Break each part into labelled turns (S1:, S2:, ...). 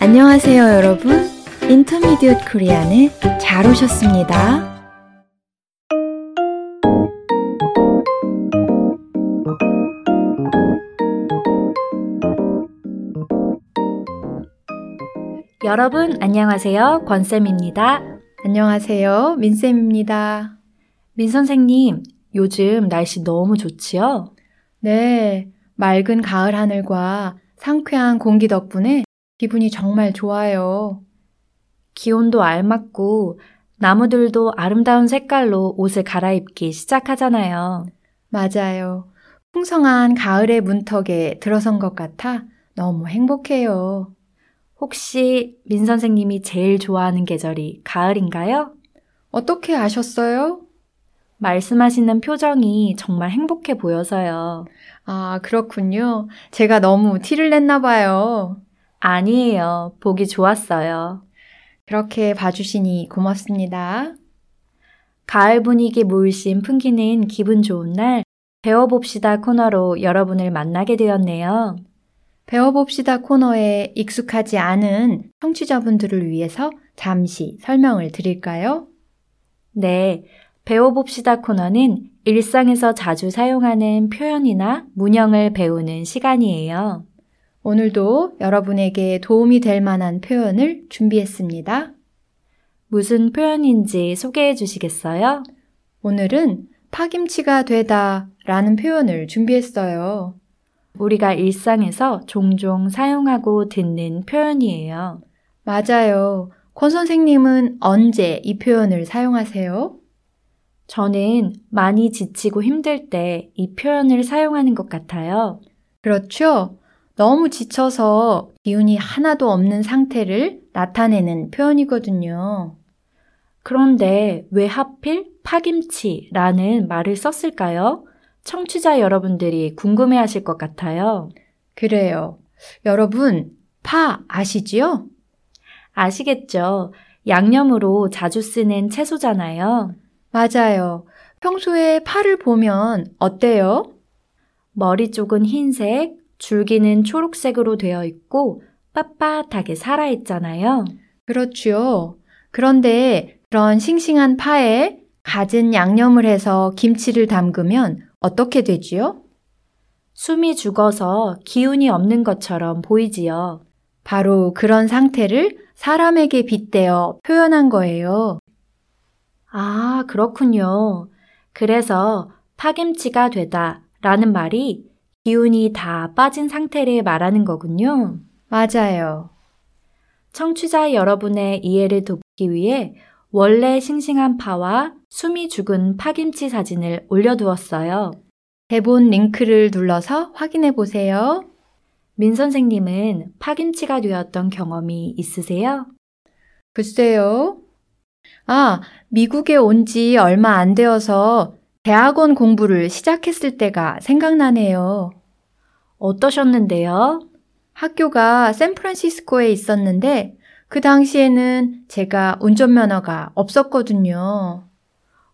S1: 안녕하세요, 여러분. 인터미디엇 코리안에 잘 오셨습니다.
S2: 여러분 안녕하세요. 권쌤입니다.
S1: 안녕하세요, 민쌤입니다.
S2: 민 선생님, 요즘 날씨 너무 좋지요?
S1: 네, 맑은 가을 하늘과 상쾌한 공기 덕분에 기분이 정말 좋아요.
S2: 기온도 알맞고 나무들도 아름다운 색깔로 옷을 갈아입기 시작하잖아요.
S1: 맞아요. 풍성한 가을의 문턱에 들어선 것 같아 너무 행복해요.
S2: 혹시 민 선생님이 제일 좋아하는 계절이 가을인가요?
S1: 어떻게 아셨어요?
S2: 말씀하시는 표정이 정말 행복해 보여서요.
S1: 아, 그렇군요. 제가 너무 티를 냈나 봐요.
S2: 아니에요. 보기 좋았어요.
S1: 그렇게 봐주시니 고맙습니다.
S2: 가을 분위기 물씬 풍기는 기분 좋은 날 배워봅시다 코너로 여러분을 만나게 되었네요.
S1: 배워봅시다 코너에 익숙하지 않은 청취자분들을 위해서 잠시 설명을 드릴까요?
S2: 네. 배워봅시다 코너는 일상에서 자주 사용하는 표현이나 문형을 배우는 시간이에요.
S1: 오늘도 여러분에게 도움이 될 만한 표현을 준비했습니다.
S2: 무슨 표현인지 소개해 주시겠어요?
S1: 오늘은 파김치가 되다 라는 표현을 준비했어요.
S2: 우리가 일상에서 종종 사용하고 듣는 표현이에요.
S1: 맞아요. 권 선생님은 언제 이 표현을 사용하세요?
S2: 저는 많이 지치고 힘들 때 이 표현을 사용하는 것 같아요.
S1: 그렇죠. 너무 지쳐서 기운이 하나도 없는 상태를 나타내는 표현이거든요.
S2: 그런데 왜 하필 파김치라는 말을 썼을까요? 청취자 여러분들이 궁금해 하실 것 같아요.
S1: 그래요. 여러분, 파 아시지요?
S2: 아시겠죠? 양념으로 자주 쓰는 채소잖아요.
S1: 맞아요. 평소에 파를 보면 어때요?
S2: 머리 쪽은 흰색, 줄기는 초록색으로 되어 있고 빳빳하게 살아있잖아요.
S1: 그렇죠. 그런데 그런 싱싱한 파에 갖은 양념을 해서 김치를 담그면 어떻게 되지요?
S2: 숨이 죽어서 기운이 없는 것처럼 보이지요.
S1: 바로 그런 상태를 사람에게 빗대어 표현한 거예요.
S2: 아, 그렇군요. 그래서 파김치가 되다 라는 말이 기운이 다 빠진 상태를 말하는 거군요.
S1: 맞아요.
S2: 청취자 여러분의 이해를 돕기 위해 원래 싱싱한 파와 숨이 죽은 파김치 사진을 올려두었어요.
S1: 대본 링크를 눌러서 확인해 보세요.
S2: 민 선생님은 파김치가 되었던 경험이 있으세요?
S1: 글쎄요. 아, 미국에 온 지 얼마 안 되어서 대학원 공부를 시작했을 때가 생각나네요.
S2: 어떠셨는데요?
S1: 학교가 샌프란시스코에 있었는데 그 당시에는 제가 운전면허가 없었거든요.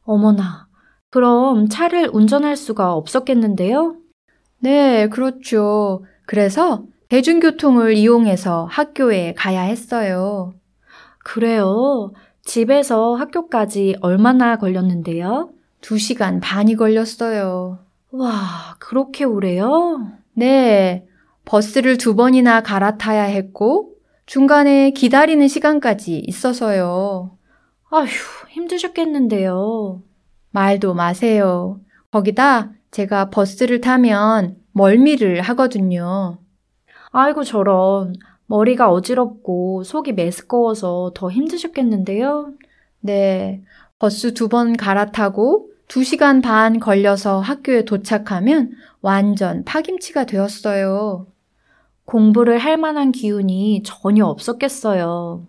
S2: 어머나, 그럼 차를 운전할 수가 없었겠는데요?
S1: 네, 그렇죠. 그래서 대중교통을 이용해서 학교에 가야 했어요.
S2: 그래요. 집에서 학교까지 얼마나 걸렸는데요?
S1: 2시간 반이 걸렸어요.
S2: 와, 그렇게 오래요?
S1: 네. 버스를 두 번이나 갈아타야 했고, 중간에 기다리는 시간까지 있어서요.
S2: 아휴, 힘드셨겠는데요.
S1: 말도 마세요. 거기다 제가 버스를 타면 멀미를 하거든요.
S2: 아이고, 저런. 머리가 어지럽고 속이 메스꺼워서 더 힘드셨겠는데요?
S1: 네. 버스 두 번 갈아타고 2시간 반 걸려서 학교에 도착하면 완전 파김치가 되었어요.
S2: 공부를 할 만한 기운이 전혀 없었겠어요.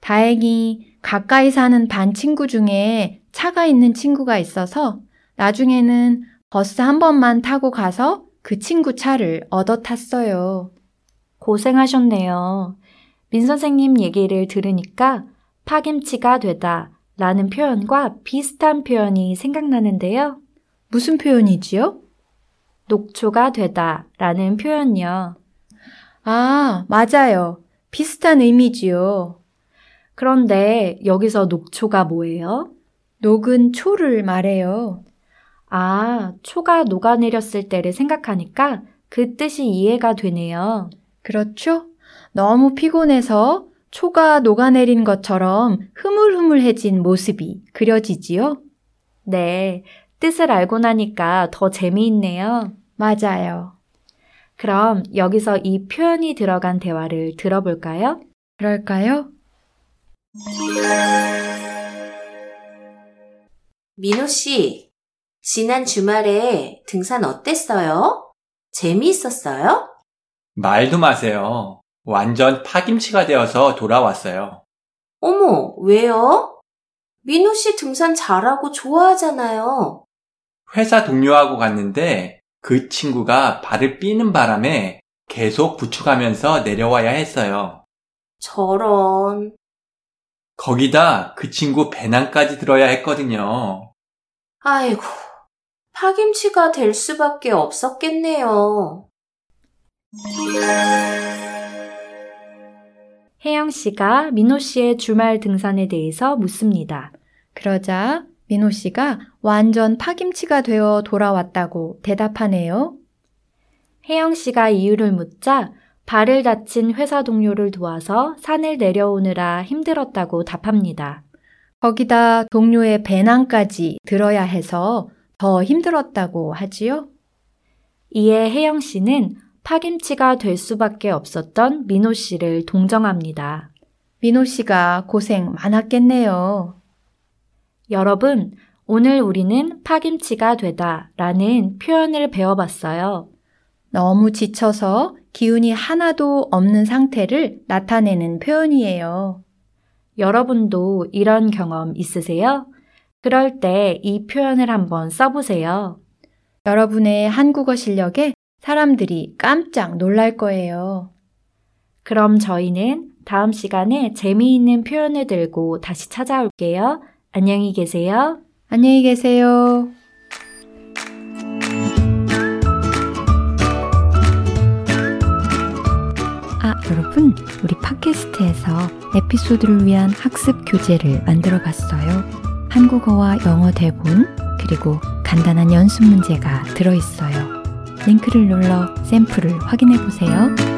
S1: 다행히 가까이 사는 반 친구 중에 차가 있는 친구가 있어서 나중에는 버스 한 번만 타고 가서 그 친구 차를 얻어 탔어요.
S2: 고생하셨네요. 민 선생님 얘기를 들으니까 파김치가 되다 라는 표현과 비슷한 표현이 생각나는데요.
S1: 무슨 표현이지요?
S2: 녹초가 되다 라는 표현요.
S1: 아, 맞아요. 비슷한 의미지요.
S2: 그런데 여기서 녹초가 뭐예요?
S1: 녹은 초를 말해요.
S2: 아, 초가 녹아내렸을 때를 생각하니까 그 뜻이 이해가 되네요.
S1: 그렇죠? 너무 피곤해서 초가 녹아내린 것처럼 흐물흐물해진 모습이 그려지지요?
S2: 네, 뜻을 알고 나니까 더 재미있네요.
S1: 맞아요.
S2: 그럼 여기서 이 표현이 들어간 대화를 들어볼까요?
S1: 그럴까요?
S3: 민호 씨, 지난 주말에 등산 어땠어요? 재미있었어요?
S4: 말도 마세요. 완전 파김치가 되어서 돌아왔어요.
S3: 어머, 왜요? 민호 씨 등산 잘하고 좋아하잖아요.
S4: 회사 동료하고 갔는데 그 친구가 발을 삐는 바람에 계속 부축하면서 내려와야 했어요.
S3: 저런.
S4: 거기다 그 친구 배낭까지 들어야 했거든요.
S3: 아이고, 파김치가 될 수밖에 없었겠네요.
S2: 혜영 씨가 민호 씨의 주말 등산에 대해서 묻습니다.
S1: 그러자 민호 씨가 완전 파김치가 되어 돌아왔다고 대답하네요.
S2: 혜영 씨가 이유를 묻자 발을 다친 회사 동료를 도와서 산을 내려오느라 힘들었다고 답합니다.
S1: 거기다 동료의 배낭까지 들어야 해서 더 힘들었다고 하지요?
S2: 이에 혜영 씨는 파김치가 될 수밖에 없었던 민호 씨를 동정합니다.
S1: 민호 씨가 고생 많았겠네요.
S2: 여러분, 오늘 우리는 파김치가 되다 라는 표현을 배워봤어요.
S1: 너무 지쳐서 기운이 하나도 없는 상태를 나타내는 표현이에요.
S2: 여러분도 이런 경험 있으세요? 그럴 때 이 표현을 한번 써보세요.
S1: 여러분의 한국어 실력에 사람들이 깜짝 놀랄 거예요.
S2: 그럼 저희는 다음 시간에 재미있는 표현을 들고 다시 찾아올게요. 안녕히 계세요.
S1: 안녕히 계세요.
S5: 아, 여러분, 우리 팟캐스트에서 에피소드를 위한 학습 교재를 만들어 봤어요. 한국어와 영어 대본, 그리고 간단한 연습 문제가 들어 있어요. 링크를 눌러 샘플을 확인해 보세요.